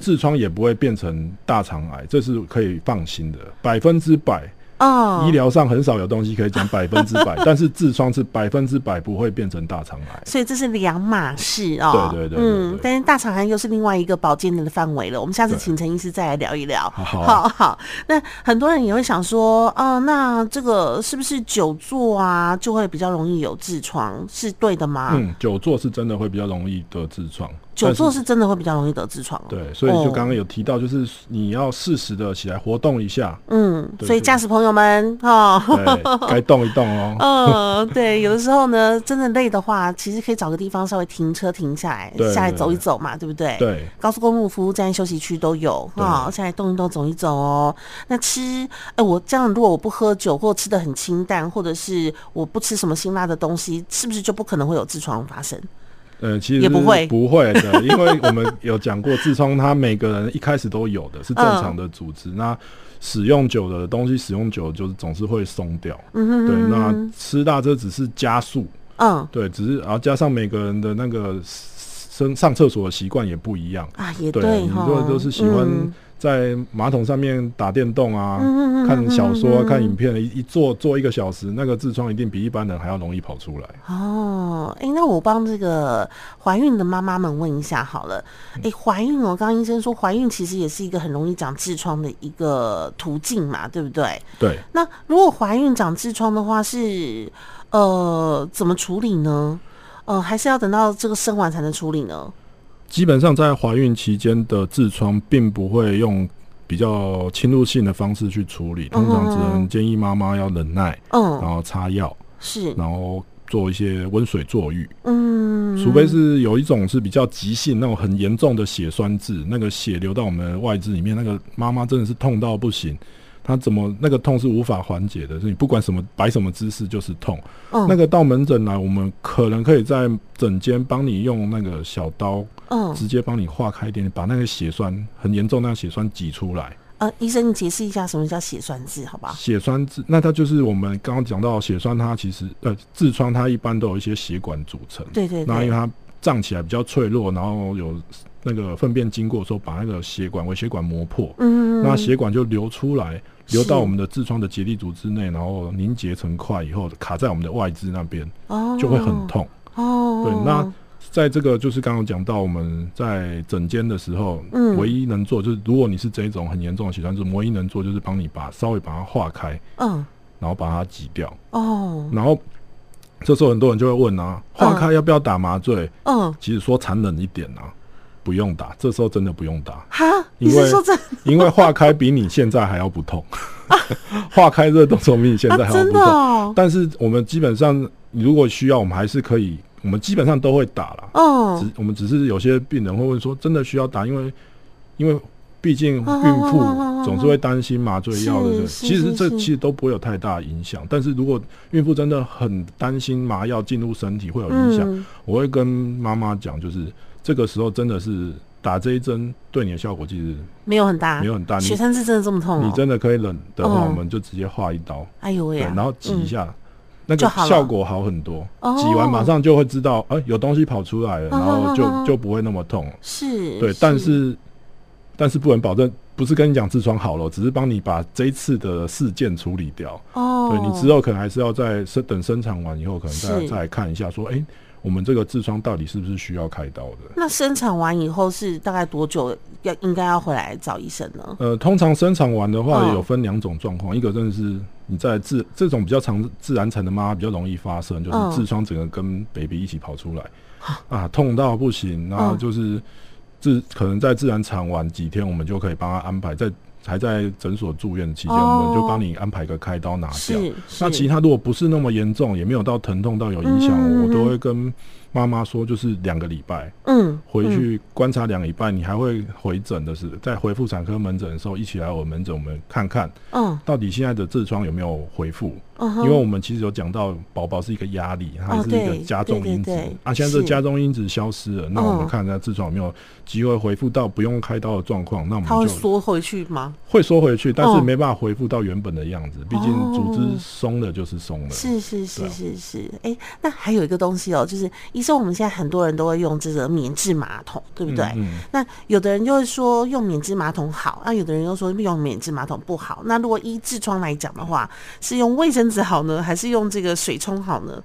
[SPEAKER 2] 痔疮也不会变成大肠癌，这是可以放心的，百分之百。
[SPEAKER 1] 哦，
[SPEAKER 2] 医疗上很少有东西可以讲百分之 百，但是痔疮是百分之百不会变成大肠癌。
[SPEAKER 1] 所以这是两码事哦。
[SPEAKER 2] 对对对对对
[SPEAKER 1] 嗯，但是大肠癌又是另外一个保健的范围了。我们下次
[SPEAKER 2] 对
[SPEAKER 1] 请陈医师再来聊一聊。
[SPEAKER 2] 好好啊
[SPEAKER 1] 好好那很多人也会想说，哦、那这个是不是久坐啊，就会比较容易有痔疮，是对的吗？
[SPEAKER 2] 嗯，久坐是真的会比较容易得痔疮，
[SPEAKER 1] 啊久坐
[SPEAKER 2] 但
[SPEAKER 1] 是真的会比较容易得痔疮哦。
[SPEAKER 2] 对，所以就
[SPEAKER 1] 哦
[SPEAKER 2] 刚刚有提到，就是你要适时的起来活动一下，
[SPEAKER 1] 嗯，
[SPEAKER 2] 对
[SPEAKER 1] 所以
[SPEAKER 2] 对
[SPEAKER 1] 驾驶朋友们哦。
[SPEAKER 2] 对，该动一动哦。
[SPEAKER 1] 嗯，对，有的时候呢，真的累的话，其实可以找个地方稍微停车停下来
[SPEAKER 2] 对，
[SPEAKER 1] 下来
[SPEAKER 2] 对
[SPEAKER 1] 走一
[SPEAKER 2] 对
[SPEAKER 1] 走嘛，对不对？
[SPEAKER 2] 对，
[SPEAKER 1] 高速公路服务站、休息区都有
[SPEAKER 2] 对
[SPEAKER 1] 啊、下来动一动、走一走哦。那吃，哎、我这样如果我不喝酒，或吃的很清淡，或者是我不吃什么辛辣的东西，是不是就不可能会有痔疮发生？
[SPEAKER 2] 呃，其实
[SPEAKER 1] 也不会
[SPEAKER 2] 不会的，因为我们有讲过，痔疮它每个人一开始都有的，是正常
[SPEAKER 1] 嗯
[SPEAKER 2] 的组织。那使用久了的东西，使用久了就是总是会松掉。
[SPEAKER 1] 嗯哼
[SPEAKER 2] 对，那吃大这只是加速，
[SPEAKER 1] 嗯
[SPEAKER 2] 对，只是然后加上每个人的那个生上厕所的习惯也不一样。
[SPEAKER 1] 啊，也
[SPEAKER 2] 对，你
[SPEAKER 1] 哈，
[SPEAKER 2] 如果都是喜欢
[SPEAKER 1] 嗯
[SPEAKER 2] 在马桶上面打电动啊、
[SPEAKER 1] 嗯嗯嗯
[SPEAKER 2] 看小说、啊、
[SPEAKER 1] 嗯嗯
[SPEAKER 2] 看影片，一一坐坐一个小时，那个痔疮一定比一般人还要容易跑出来。
[SPEAKER 1] 哦，哎、那我帮这个怀孕的妈妈们问一下好了。
[SPEAKER 2] 嗯
[SPEAKER 1] 哎、怀孕哦，刚刚医生说怀孕其实也是一个很容易长痔疮的一个途径嘛，对不对？
[SPEAKER 2] 对，
[SPEAKER 1] 那如果怀孕长痔疮的话是，呃怎么处理呢？呃，还是要等到这个生完才能处理呢？
[SPEAKER 2] 基本上在怀孕期间的痔疮并不会用比较侵入性的方式去处理，通常只能建议妈妈要忍耐，然
[SPEAKER 1] 嗯，
[SPEAKER 2] 后擦药，
[SPEAKER 1] 是，
[SPEAKER 2] 然后做一些温水坐浴。
[SPEAKER 1] 嗯，
[SPEAKER 2] 除非是有一种是比较急性那种很严重的血栓痣，那个血流到我们的外痔里面，那个妈妈真的是痛到不行，它怎么那个痛是无法缓解的，所以你不管什么摆什么姿势就是痛。
[SPEAKER 1] 嗯
[SPEAKER 2] 那个到门诊来，我们可能可以在诊间帮你用那个小刀
[SPEAKER 1] 嗯
[SPEAKER 2] 直接帮你划开一点点，把那个血栓很严重那个血栓挤出来。
[SPEAKER 1] 呃，医生，你解释一下什么叫血栓痣，好不好？
[SPEAKER 2] 血栓治，那它就是我们刚刚讲到血栓，它其实呃痔疮它一般都有一些血管组成，
[SPEAKER 1] 对对
[SPEAKER 2] 那因为
[SPEAKER 1] 对，
[SPEAKER 2] 它胀起来比较脆弱，然后有那个粪便经过的时候把那个血管微血管磨破，
[SPEAKER 1] 嗯，
[SPEAKER 2] 那血管就流出来，流到
[SPEAKER 1] 是
[SPEAKER 2] 我们的痔疮的结缔组织内，然后凝结成块以后卡在我们的外痔那边，
[SPEAKER 1] 哦
[SPEAKER 2] 就会很痛。
[SPEAKER 1] 哦。
[SPEAKER 2] 对，那在这个就是刚刚讲到我们在诊间的时候，
[SPEAKER 1] 嗯
[SPEAKER 2] 唯一能做就是如果你是这一种很严重的血栓症，唯一能做就是帮你把稍微把它化开，
[SPEAKER 1] 嗯
[SPEAKER 2] 然后把它挤掉，
[SPEAKER 1] 哦
[SPEAKER 2] 然后。这时候很多人就会问啊，化开要不要打麻醉？
[SPEAKER 1] 嗯，
[SPEAKER 2] 其实说残忍一点啊，不用打，这时候真的不用打
[SPEAKER 1] 哈，
[SPEAKER 2] 因
[SPEAKER 1] 你是
[SPEAKER 2] 为
[SPEAKER 1] 说这
[SPEAKER 2] 因为化开比你现在还要不痛， 化开这个动作比你现在
[SPEAKER 1] 啊
[SPEAKER 2] 还要
[SPEAKER 1] 真
[SPEAKER 2] 不
[SPEAKER 1] 的
[SPEAKER 2] 痛。
[SPEAKER 1] 哦？
[SPEAKER 2] 但是我们基本上，如果需要，我们还是可以，我们基本上都会打啦。
[SPEAKER 1] 嗯
[SPEAKER 2] 只我们只是有些病人会问说，真的需要打？因为因为毕竟孕
[SPEAKER 1] 啊啊啊
[SPEAKER 2] 妇
[SPEAKER 1] 啊啊啊
[SPEAKER 2] 总是会担心麻醉药的
[SPEAKER 1] 是
[SPEAKER 2] 这个，
[SPEAKER 1] 是
[SPEAKER 2] 其实
[SPEAKER 1] 是
[SPEAKER 2] 这
[SPEAKER 1] 是
[SPEAKER 2] 其实都不会有太大影响。但是如果孕妇真的很担心麻药进入身体会有影响，
[SPEAKER 1] 嗯，
[SPEAKER 2] 我会跟妈妈讲，就是这个时候真的是打这一针对你的效果其实
[SPEAKER 1] 没有很大
[SPEAKER 2] 没，有很大，你
[SPEAKER 1] 血栓痣真的这么痛哦？
[SPEAKER 2] 你真的可以忍的话，
[SPEAKER 1] 嗯
[SPEAKER 2] 我们就直接划一刀，
[SPEAKER 1] 哎呦喂
[SPEAKER 2] 对，
[SPEAKER 1] 啊，
[SPEAKER 2] 然后挤一
[SPEAKER 1] 嗯
[SPEAKER 2] 下，那
[SPEAKER 1] 就
[SPEAKER 2] 个
[SPEAKER 1] 好了
[SPEAKER 2] 效果好很多。
[SPEAKER 1] 哦
[SPEAKER 2] 挤完马上就会知道，哎、有东西跑出来了，
[SPEAKER 1] 啊
[SPEAKER 2] 然后
[SPEAKER 1] 啊啊啊
[SPEAKER 2] 就就不会那么痛。
[SPEAKER 1] 是，
[SPEAKER 2] 对，但是但是不能保证，不是跟你讲痔疮好了，只是帮你把这一次的事件处理掉。
[SPEAKER 1] 哦，
[SPEAKER 2] 对你之后可能还是要在生等生产完以后，可能再
[SPEAKER 1] 是
[SPEAKER 2] 再来看一下说，哎、我们这个痔疮到底是不是需要开刀的？
[SPEAKER 1] 那生产完以后是大概多久要应该要回来找医生呢？
[SPEAKER 2] 呃，通常生产完的话，
[SPEAKER 1] 嗯
[SPEAKER 2] 也有分两种状况，一个真的是你在自这种比较常自然产的妈妈比较容易发生，就是
[SPEAKER 1] 嗯
[SPEAKER 2] 痔疮整个跟 baby 一起跑出来，啊，痛到不行，然后
[SPEAKER 1] 嗯
[SPEAKER 2] 就是自可能在自然产完几天，我们就可以帮她安排在还在诊所住院期间，
[SPEAKER 1] 哦
[SPEAKER 2] 我们就帮你安排个开刀拿掉。
[SPEAKER 1] 是，是
[SPEAKER 2] 那其他如果不是那么严重，也没有到疼痛到有影响，
[SPEAKER 1] 嗯嗯嗯
[SPEAKER 2] 我都会跟妈妈说，就是两个礼拜，
[SPEAKER 1] 嗯
[SPEAKER 2] 回去观察两个礼拜，你还会回诊的是，在回妇产科门诊的时候，一起来我门诊，我们看看
[SPEAKER 1] 嗯
[SPEAKER 2] 到底现在的痔疮有没有恢复。
[SPEAKER 1] 嗯
[SPEAKER 2] 因
[SPEAKER 1] 哼，
[SPEAKER 2] 为我们其实有讲到，宝宝是一个压力，它
[SPEAKER 1] 哦
[SPEAKER 2] 还是一个
[SPEAKER 1] 对
[SPEAKER 2] 加重因子
[SPEAKER 1] 对对对
[SPEAKER 2] 啊。现在这
[SPEAKER 1] 是嗯
[SPEAKER 2] 加重因子消失了，那我们看一下痔疮有没有机会恢复到不用开刀的状况，那我
[SPEAKER 1] 他会
[SPEAKER 2] 们就
[SPEAKER 1] 缩回去吗？
[SPEAKER 2] 会缩回去，但是
[SPEAKER 1] 嗯
[SPEAKER 2] 没办法恢复到原本的样子，毕竟
[SPEAKER 1] 哦
[SPEAKER 2] 组织松了就是松了。
[SPEAKER 1] 是是
[SPEAKER 2] 对
[SPEAKER 1] 是
[SPEAKER 2] 啊
[SPEAKER 1] 是是，哎、那还有一个东西哦，就是医生，我们现在很多人都会用这个免治马桶，对不对？
[SPEAKER 2] 嗯嗯
[SPEAKER 1] 那有的人就会说用免治马桶好，那有的人又说用免治马桶不好。那如果依痔疮来讲的话，是用卫生纸好呢，还是用这个水冲好呢？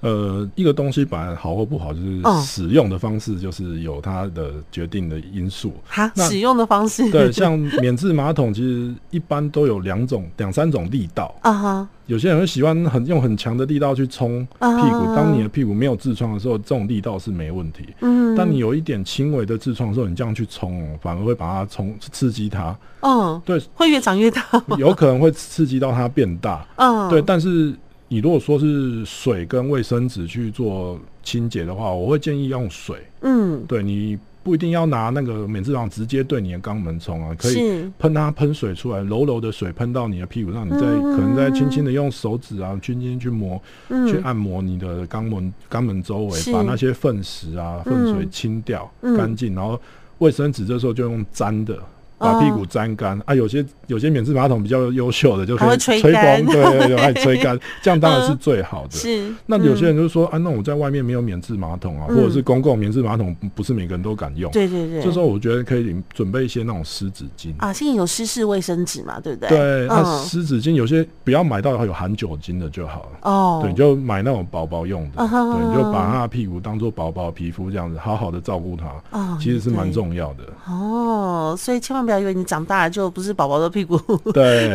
[SPEAKER 2] 呃，一个东西本来好或不好，就是
[SPEAKER 1] 嗯
[SPEAKER 2] 使用的方式，就是有它的决定的因素。
[SPEAKER 1] 哈，
[SPEAKER 2] 那
[SPEAKER 1] 使用的方式
[SPEAKER 2] 对，像免治马桶，其实一般都有两种、两三种力道。
[SPEAKER 1] 啊哈
[SPEAKER 2] 有些人会喜欢很用很强的力道去冲屁
[SPEAKER 1] 啊
[SPEAKER 2] 股，当你的屁股没有痔疮的时候，这种力道是没问题。
[SPEAKER 1] 嗯，
[SPEAKER 2] 当你有一点轻微的痔疮的时候，你这样去冲哦，反而会把它冲刺激它，
[SPEAKER 1] 嗯
[SPEAKER 2] 对，
[SPEAKER 1] 会越长越 大，
[SPEAKER 2] 有可能会刺激到它变大。
[SPEAKER 1] 嗯，
[SPEAKER 2] 对，但是你如果说是水跟卫生纸去做清洁的话，我会建议用水。
[SPEAKER 1] 嗯，
[SPEAKER 2] 对你不一定要拿那个免治马桶直接对你的肛门冲啊，可以
[SPEAKER 1] 是
[SPEAKER 2] 喷它喷水出来，柔柔的水喷到你的屁股上，你再
[SPEAKER 1] 嗯
[SPEAKER 2] 可能再轻轻的用手指啊，轻轻去磨，去
[SPEAKER 1] 嗯
[SPEAKER 2] 按摩你的肛门肛门周
[SPEAKER 1] 是
[SPEAKER 2] 围，把那些粪石啊、
[SPEAKER 1] 嗯
[SPEAKER 2] 粪水清掉
[SPEAKER 1] 嗯哦
[SPEAKER 2] 干净，然后卫生纸这时候就用粘的。把屁股粘干、啊，有些有些免治马桶比较优秀的，就可
[SPEAKER 1] 还会
[SPEAKER 2] 以
[SPEAKER 1] 吹
[SPEAKER 2] 吹
[SPEAKER 1] 干嗯
[SPEAKER 2] 风，对对对，还吹 干，这样当然是最好的。
[SPEAKER 1] 是，
[SPEAKER 2] 那有
[SPEAKER 1] 嗯
[SPEAKER 2] 些人就说、啊，那我在外面没有免治马桶啊，
[SPEAKER 1] 嗯
[SPEAKER 2] 或者是公共免治马桶，不是每个人都敢用。
[SPEAKER 1] 对对对，
[SPEAKER 2] 这时候我觉得可以准备一些那种湿纸巾。
[SPEAKER 1] 啊，现在有湿式卫生纸嘛，对不对？
[SPEAKER 2] 对，啊那
[SPEAKER 1] 嗯
[SPEAKER 2] 湿纸巾有些不要买到有含酒精的就好了。
[SPEAKER 1] 哦，
[SPEAKER 2] 对，你就买那种宝宝用的，
[SPEAKER 1] 啊哈
[SPEAKER 2] 对，你就把他的屁股当做宝宝的皮肤这样子，好好的照顾他，
[SPEAKER 1] 啊
[SPEAKER 2] 其实是蛮
[SPEAKER 1] 对
[SPEAKER 2] 重要的。
[SPEAKER 1] 哦，所以千万不要以为你长大了就不是宝宝的屁股，
[SPEAKER 2] 对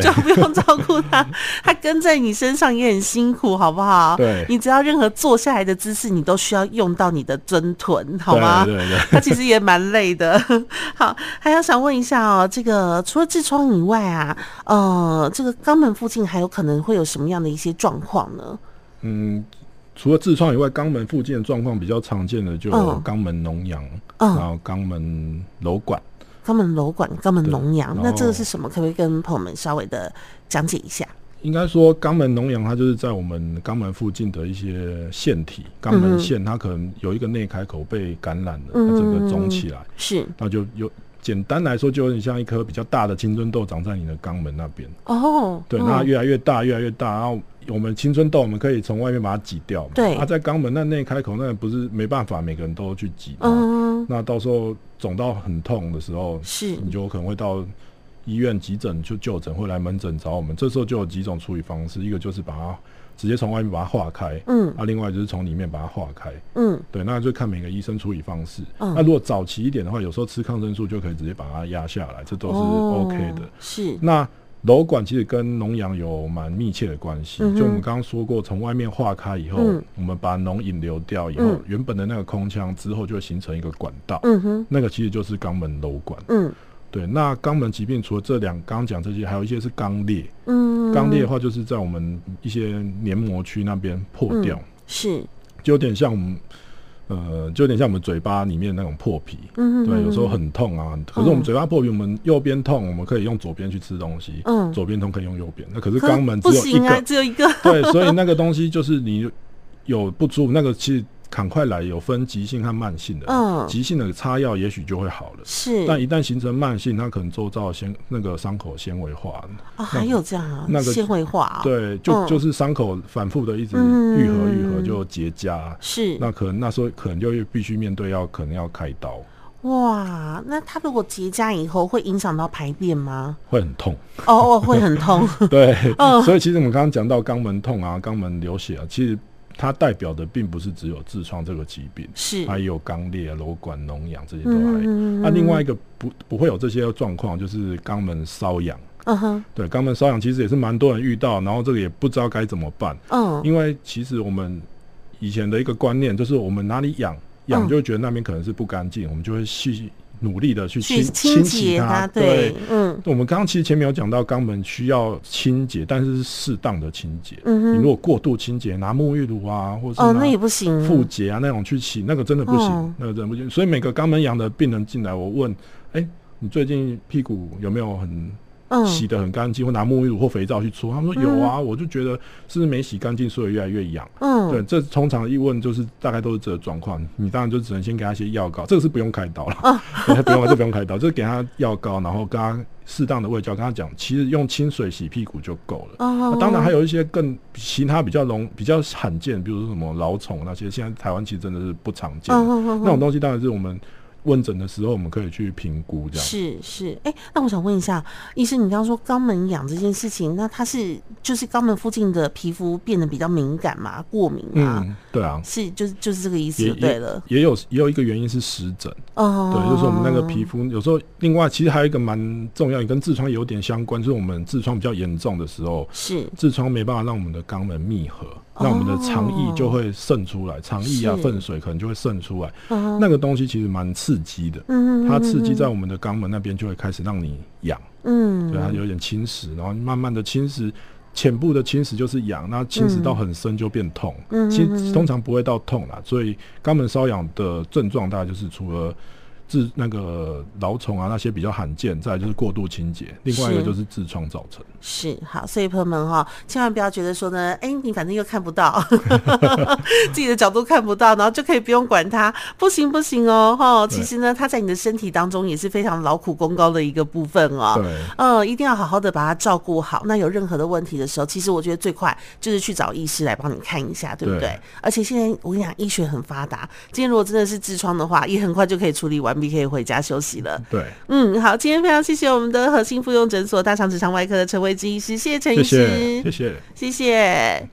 [SPEAKER 1] 就不用照顾它，它跟在你身上也很辛苦，好不好？
[SPEAKER 2] 对
[SPEAKER 1] 你只要任何坐下来的姿势，你都需要用到你的尊臀，好吗？
[SPEAKER 2] 对对对，
[SPEAKER 1] 它其实也蛮累的。 好，还要想问一下哦，这个除了痔疮以外啊，呃，这个肛门附近还有可能会有什么样的一些状况呢？
[SPEAKER 2] 嗯。除了痔疮以外，肛门附近的状况比较常见的就有
[SPEAKER 1] 嗯
[SPEAKER 2] 肛门脓疡，然
[SPEAKER 1] 嗯，
[SPEAKER 2] 后肛门瘘管，
[SPEAKER 1] 肛门瘘管、肛门
[SPEAKER 2] 对
[SPEAKER 1] 脓疡，那
[SPEAKER 2] 然
[SPEAKER 1] 这个
[SPEAKER 2] 后
[SPEAKER 1] 是什么？可不可以跟朋友们稍微的讲解一下？
[SPEAKER 2] 应该说肛门脓疡，它就是在我们肛门附近的一些腺体，肛门
[SPEAKER 1] 嗯
[SPEAKER 2] 腺它可能有一个内开口被感染了，它整个肿起来，
[SPEAKER 1] 是
[SPEAKER 2] 那就有简单来说，就有点像一颗比较大的青春痘长在你的肛门那边。
[SPEAKER 1] 哦，
[SPEAKER 2] 对，
[SPEAKER 1] 嗯
[SPEAKER 2] 那它越来越大，越来越大，然后我们青春痘我们可以从外面把它挤掉嘛。
[SPEAKER 1] 对
[SPEAKER 2] 它、在肛门那内开口那不是没办法，每个人都去挤。嗯，
[SPEAKER 1] 嗯，
[SPEAKER 2] 那到时候肿到很痛的时候，
[SPEAKER 1] 是
[SPEAKER 2] 你就可能会到医院急诊就就诊，会来门诊找我们。这时候就有几种处理方式，一个就是把它直接从外面把它化开，
[SPEAKER 1] 嗯
[SPEAKER 2] 啊，另外就是从里面把它化开。
[SPEAKER 1] 嗯
[SPEAKER 2] 对，那就看每个医生处理方式。
[SPEAKER 1] 嗯
[SPEAKER 2] 那如果早期一点的话，有时候吃抗生素就可以直接把它压下来，这都是 OK 的。
[SPEAKER 1] 哦是
[SPEAKER 2] 那瘘管其实跟脓疡有蛮密切的关系，
[SPEAKER 1] 嗯哼
[SPEAKER 2] 就我们刚刚说过，从外面化开以后，
[SPEAKER 1] 嗯
[SPEAKER 2] 我们把脓引流掉以后，
[SPEAKER 1] 嗯
[SPEAKER 2] 原本的那个空腔之后就会形成一个管道，
[SPEAKER 1] 嗯哼
[SPEAKER 2] 那个其实就是肛门瘘管。
[SPEAKER 1] 嗯
[SPEAKER 2] 对，那肛门疾病除了这两，刚刚讲这些，还有一些是肛裂。
[SPEAKER 1] 嗯，
[SPEAKER 2] 肛裂的话，就是在我们一些黏膜区那边
[SPEAKER 1] 嗯
[SPEAKER 2] 破掉，
[SPEAKER 1] 是
[SPEAKER 2] 就有点像我们，呃，就有点像我们嘴巴里面那种破皮。
[SPEAKER 1] 嗯
[SPEAKER 2] 对，有时候很痛啊，可是我们嘴巴破皮，我们右边痛，我们可以用左边去吃东西，
[SPEAKER 1] 嗯
[SPEAKER 2] 左边痛可以用右边，那可是
[SPEAKER 1] 可
[SPEAKER 2] 肛门只
[SPEAKER 1] 不
[SPEAKER 2] 有一
[SPEAKER 1] 行啊，
[SPEAKER 2] 个，
[SPEAKER 1] 只有一个
[SPEAKER 2] 对，所以那个东西就是你有不舒服，那个其实赶快来，有分急性和慢性的，
[SPEAKER 1] 嗯
[SPEAKER 2] 急性的擦药也许就会好了，
[SPEAKER 1] 是
[SPEAKER 2] 但一旦形成慢性，它可能周遭的纤那个伤口纤维化了，
[SPEAKER 1] 啊，还有这样啊
[SPEAKER 2] 那，个
[SPEAKER 1] 纤维化哦
[SPEAKER 2] 对，就
[SPEAKER 1] 嗯
[SPEAKER 2] 就是伤口反复的一直
[SPEAKER 1] 嗯
[SPEAKER 2] 愈合愈合就结痂，
[SPEAKER 1] 是
[SPEAKER 2] 那可能那时候可能就必须面对要可能要开刀，
[SPEAKER 1] 哇，那它如果结痂以后会影响到排便吗？
[SPEAKER 2] 会很 痛。
[SPEAKER 1] 哦哦，会很 痛，
[SPEAKER 2] 对，
[SPEAKER 1] 嗯
[SPEAKER 2] 所以其实我们刚刚讲到肛门痛啊、肛门流血啊，其实它代表的并不是只有痔疮这个疾病，
[SPEAKER 1] 是
[SPEAKER 2] 它也有肛裂、瘘管脓疡这些都还有。
[SPEAKER 1] 嗯，
[SPEAKER 2] 那、另外一个不不会有这些状况，就是肛门瘙痒。
[SPEAKER 1] 嗯哼
[SPEAKER 2] 对，肛门瘙痒其实也是蛮多人遇到，然后这个也不知道该怎么办，
[SPEAKER 1] 嗯
[SPEAKER 2] 因为其实我们以前的一个观念就是我们哪里痒痒
[SPEAKER 1] 嗯
[SPEAKER 2] 就会觉得那边可能是不干净，我们就会去努力的去
[SPEAKER 1] 去
[SPEAKER 2] 清
[SPEAKER 1] 清
[SPEAKER 2] 洗
[SPEAKER 1] 洁它，
[SPEAKER 2] 对
[SPEAKER 1] 对，，嗯
[SPEAKER 2] 我们刚刚其实前面有讲到肛门需要清洁，但是是适当的清洁。
[SPEAKER 1] 嗯
[SPEAKER 2] 你
[SPEAKER 1] 哼
[SPEAKER 2] 如果过度清洁，拿沐浴乳啊，或
[SPEAKER 1] 哦，
[SPEAKER 2] 者
[SPEAKER 1] 那也
[SPEAKER 2] 拿
[SPEAKER 1] 不行，
[SPEAKER 2] 妇洁啊那种去洗，那个真的不行，
[SPEAKER 1] 哦
[SPEAKER 2] 那个真的不行。所以每个肛门痒的病人进来，我问，哎、你最近屁股有没有很
[SPEAKER 1] 嗯
[SPEAKER 2] 洗得很干净，或拿沐浴乳或肥皂去搓？他们说有啊，我就觉得是不是没洗干净，所以越来越痒。
[SPEAKER 1] 嗯
[SPEAKER 2] 对，这通常一问就是大概都是这个状况，你当然就只能先给他一些药膏，这个是不用开刀了，
[SPEAKER 1] 哦
[SPEAKER 2] 对不用，这不用开刀，就是给他药膏，然后跟他适当的喂教，跟他讲，其实用清水洗屁股就够了。那
[SPEAKER 1] 哦，
[SPEAKER 2] 啊当然还有一些更其他比较容比较罕见，比如说什么老虫那些，现在台湾其实真的是不常见的，
[SPEAKER 1] 嗯嗯嗯嗯
[SPEAKER 2] 那种东西当然是我们问诊的时候我们可以去评估这样。
[SPEAKER 1] 是是，哎、那我想问一下，医生，你刚刚说肛门痒这件事情，那它是就是肛门附近的皮肤变得比较敏感嘛，过敏嘛？
[SPEAKER 2] 嗯，对啊，
[SPEAKER 1] 是，就是就是这个意思
[SPEAKER 2] 也
[SPEAKER 1] 就对了。
[SPEAKER 2] 也有也有一个原因是湿疹。
[SPEAKER 1] 哦，
[SPEAKER 2] 对，就是我们那个皮肤有时候，另外其实还有一个蛮重要，也跟痔疮有点相关，就是我们痔疮比较严重的时候，
[SPEAKER 1] 是
[SPEAKER 2] 痔疮没办法让我们的肛门密合，那我们的肠
[SPEAKER 1] 哦
[SPEAKER 2] 液就会渗出来，肠液啊
[SPEAKER 1] 是
[SPEAKER 2] 粪水可能就会渗出来，
[SPEAKER 1] 嗯
[SPEAKER 2] 那个东西其实蛮刺激的，
[SPEAKER 1] 嗯
[SPEAKER 2] 它刺激在我们的肛门那边就会开始让你痒，
[SPEAKER 1] 嗯，
[SPEAKER 2] 对，它有点侵蚀，然后慢慢的侵蚀。浅部的侵蚀就是痒，那侵蚀到很深就变痛。
[SPEAKER 1] 嗯
[SPEAKER 2] 其实通常不会到痛啦，所以肛门瘙痒的症状大概就是除了治那个老虫啊那些比较罕见，再来就是过度清洁，另外一个
[SPEAKER 1] 是
[SPEAKER 2] 就是痔疮造成。
[SPEAKER 1] 是好，所以朋友们哈、千万不要觉得说呢，哎、你反正又看不到，自己的角度看不到，然后就可以不用管它，不行不行哦，哈、其
[SPEAKER 2] 对
[SPEAKER 1] 实呢，它在你的身体当中也是非常劳苦功高的一个部分哦。
[SPEAKER 2] 对，
[SPEAKER 1] 嗯，一定要好好的把它照顾好。那有任何的问题的时候，其实我觉得最快就是去找医师来帮你看一下，对不对？
[SPEAKER 2] 对
[SPEAKER 1] 而且现在我跟你讲，医学很发达，今天如果真的是痔疮的话，也很快就可以处理完毕，可以回家休息了。
[SPEAKER 2] 对，
[SPEAKER 1] 嗯，好，今天非常谢谢我们的核心妇用诊所大肠直肠外科的陈维基医师，谢谢陈医
[SPEAKER 2] 谢
[SPEAKER 1] 师，
[SPEAKER 2] 谢，谢谢。
[SPEAKER 1] 谢谢